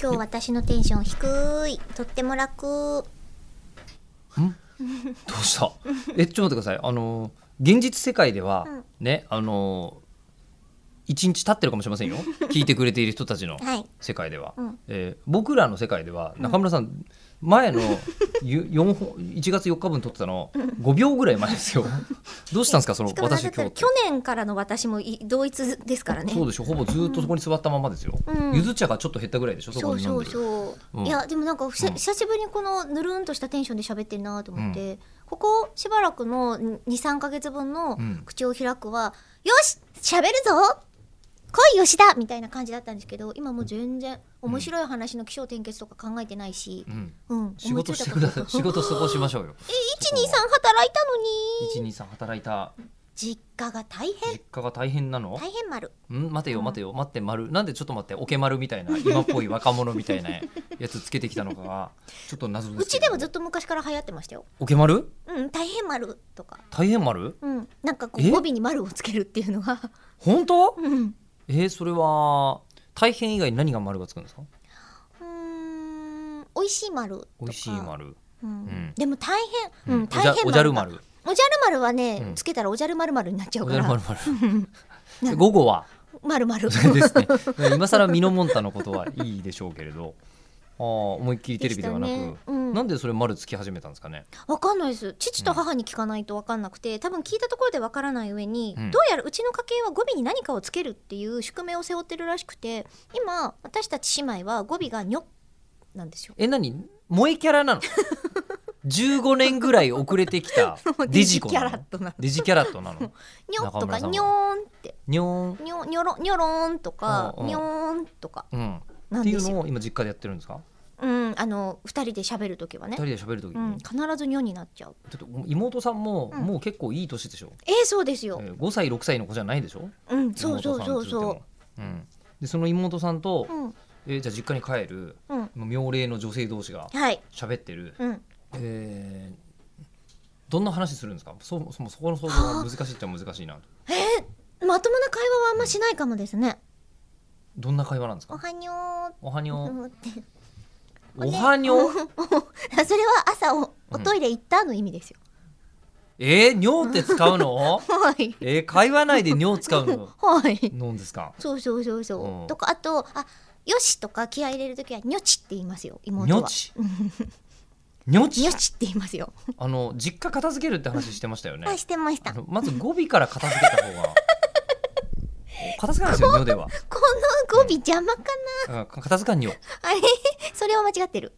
今日私のテンション低いとっても楽どうした えちょっと待ってくださいあの現実世界では、うんねあの一日経ってるかもしれません よ聞いてくれている人たちのはい世界では、うんえー僕らの世界では中村さん、前のゆ 四本1月4日分撮ってたの5秒ぐらい前 ですよどうしたんですかそのしかもなん私だ今った日らって去年からの私もい同一ですからねそうでしょほぼずっとそこに座ったままですよ、うんゆず茶がちょっと減ったぐらいでしょそそこうに飲そんうでるそう、うんいやでもなんかふさうん久しぶりにこのぬるんとしたテンションで喋ってるなと思って、ここしばらくの23か月分のうん口を開くは「よし喋るぞ来い吉田!」みたいな感じだったんですけど今もう全然面白い話の起承転結とか考えてないしう、んうん仕事してく思だいついたさいこと仕事過ごしましょうよ123働いたのに123働いた実家が大変実家が大変なの大変丸ん待てよ待てよ待って丸なんでちょっと待ってオケ丸みた いな今っぽい若者みたいなやつつけてきたのかがちょっと謎でうすけちどでもずっと昔から流行ってましたよオケ丸「うん大変丸」とか、大変丸うん、なんかこえう語尾に丸をつけるっていうの は、本当うん、えー、それは大変以外に何が丸がつくんですかうーん美味しい丸とか美味しい、丸うんんでも大変、うんお大じゃ変おじゃる丸丸おじゃる丸はね、うんつけたらおじゃる丸丸になっちゃうおかじゃらる 丸な丸午後は丸丸それですね今更ミノモンタのことはいいでしょうけれどあー思いっき りテレビではなく、でしたねうんなんでそれ丸つき始めたんですかねわかんないです父と母に聞かないとわかんなくて多分聞いたところでわからない上に、うんどうやらうちの家系は語尾に何かをつけるっていう宿命を背負ってるらしくて今私たち姉妹は語尾がにょなんですよ え何萌えキャラなの15年ぐらい遅れてき たデジコキャなラのットなデジキャラットな のにょと中村かさんはにょーんってにょーんにょにょろにょろーんとかうんうんにょーんとかうん、なっんていでうすよのを今実家でやってるんですかうん、あの二人で喋るときは二ね、人で喋る時に、うん、必ず女になっちゃう。だって妹さんも、うんもう結構いい年でしょ、えー、そうですよえ。ー、5歳6歳の子じゃないでしょうん、そうそうそうそ妹さんって言ってもうん、でその妹さんとう。、うん、えーじゃあ実家に帰るうん、妙齢の女性同士がはい、喋ってる、うん。えーどんな話するんですかそもそもそこの想像が難しいっちゃ難しいなとまともな会話はあんましないかもですね。どんな会話なんですおかはにょおはにょーーと思って。おはにょそれは朝お、うおんトイレ行ったの意味ですよ。えー、にょーって使うのはい。えー、会話内でにょー使うのはい。なんですかそうそうそううそんう。とか、あと、あ、よしとか気合い入れるときはにょちって言いますよ。妹は。にょちにょちにょちって言いますよ。あの実家片付けるって話してましたよねあ、してましあた。このまず語尾から片付けた方が片付かないですよにょではの語尾邪魔かな。うん片付かんにょあれ、それは間違ってる。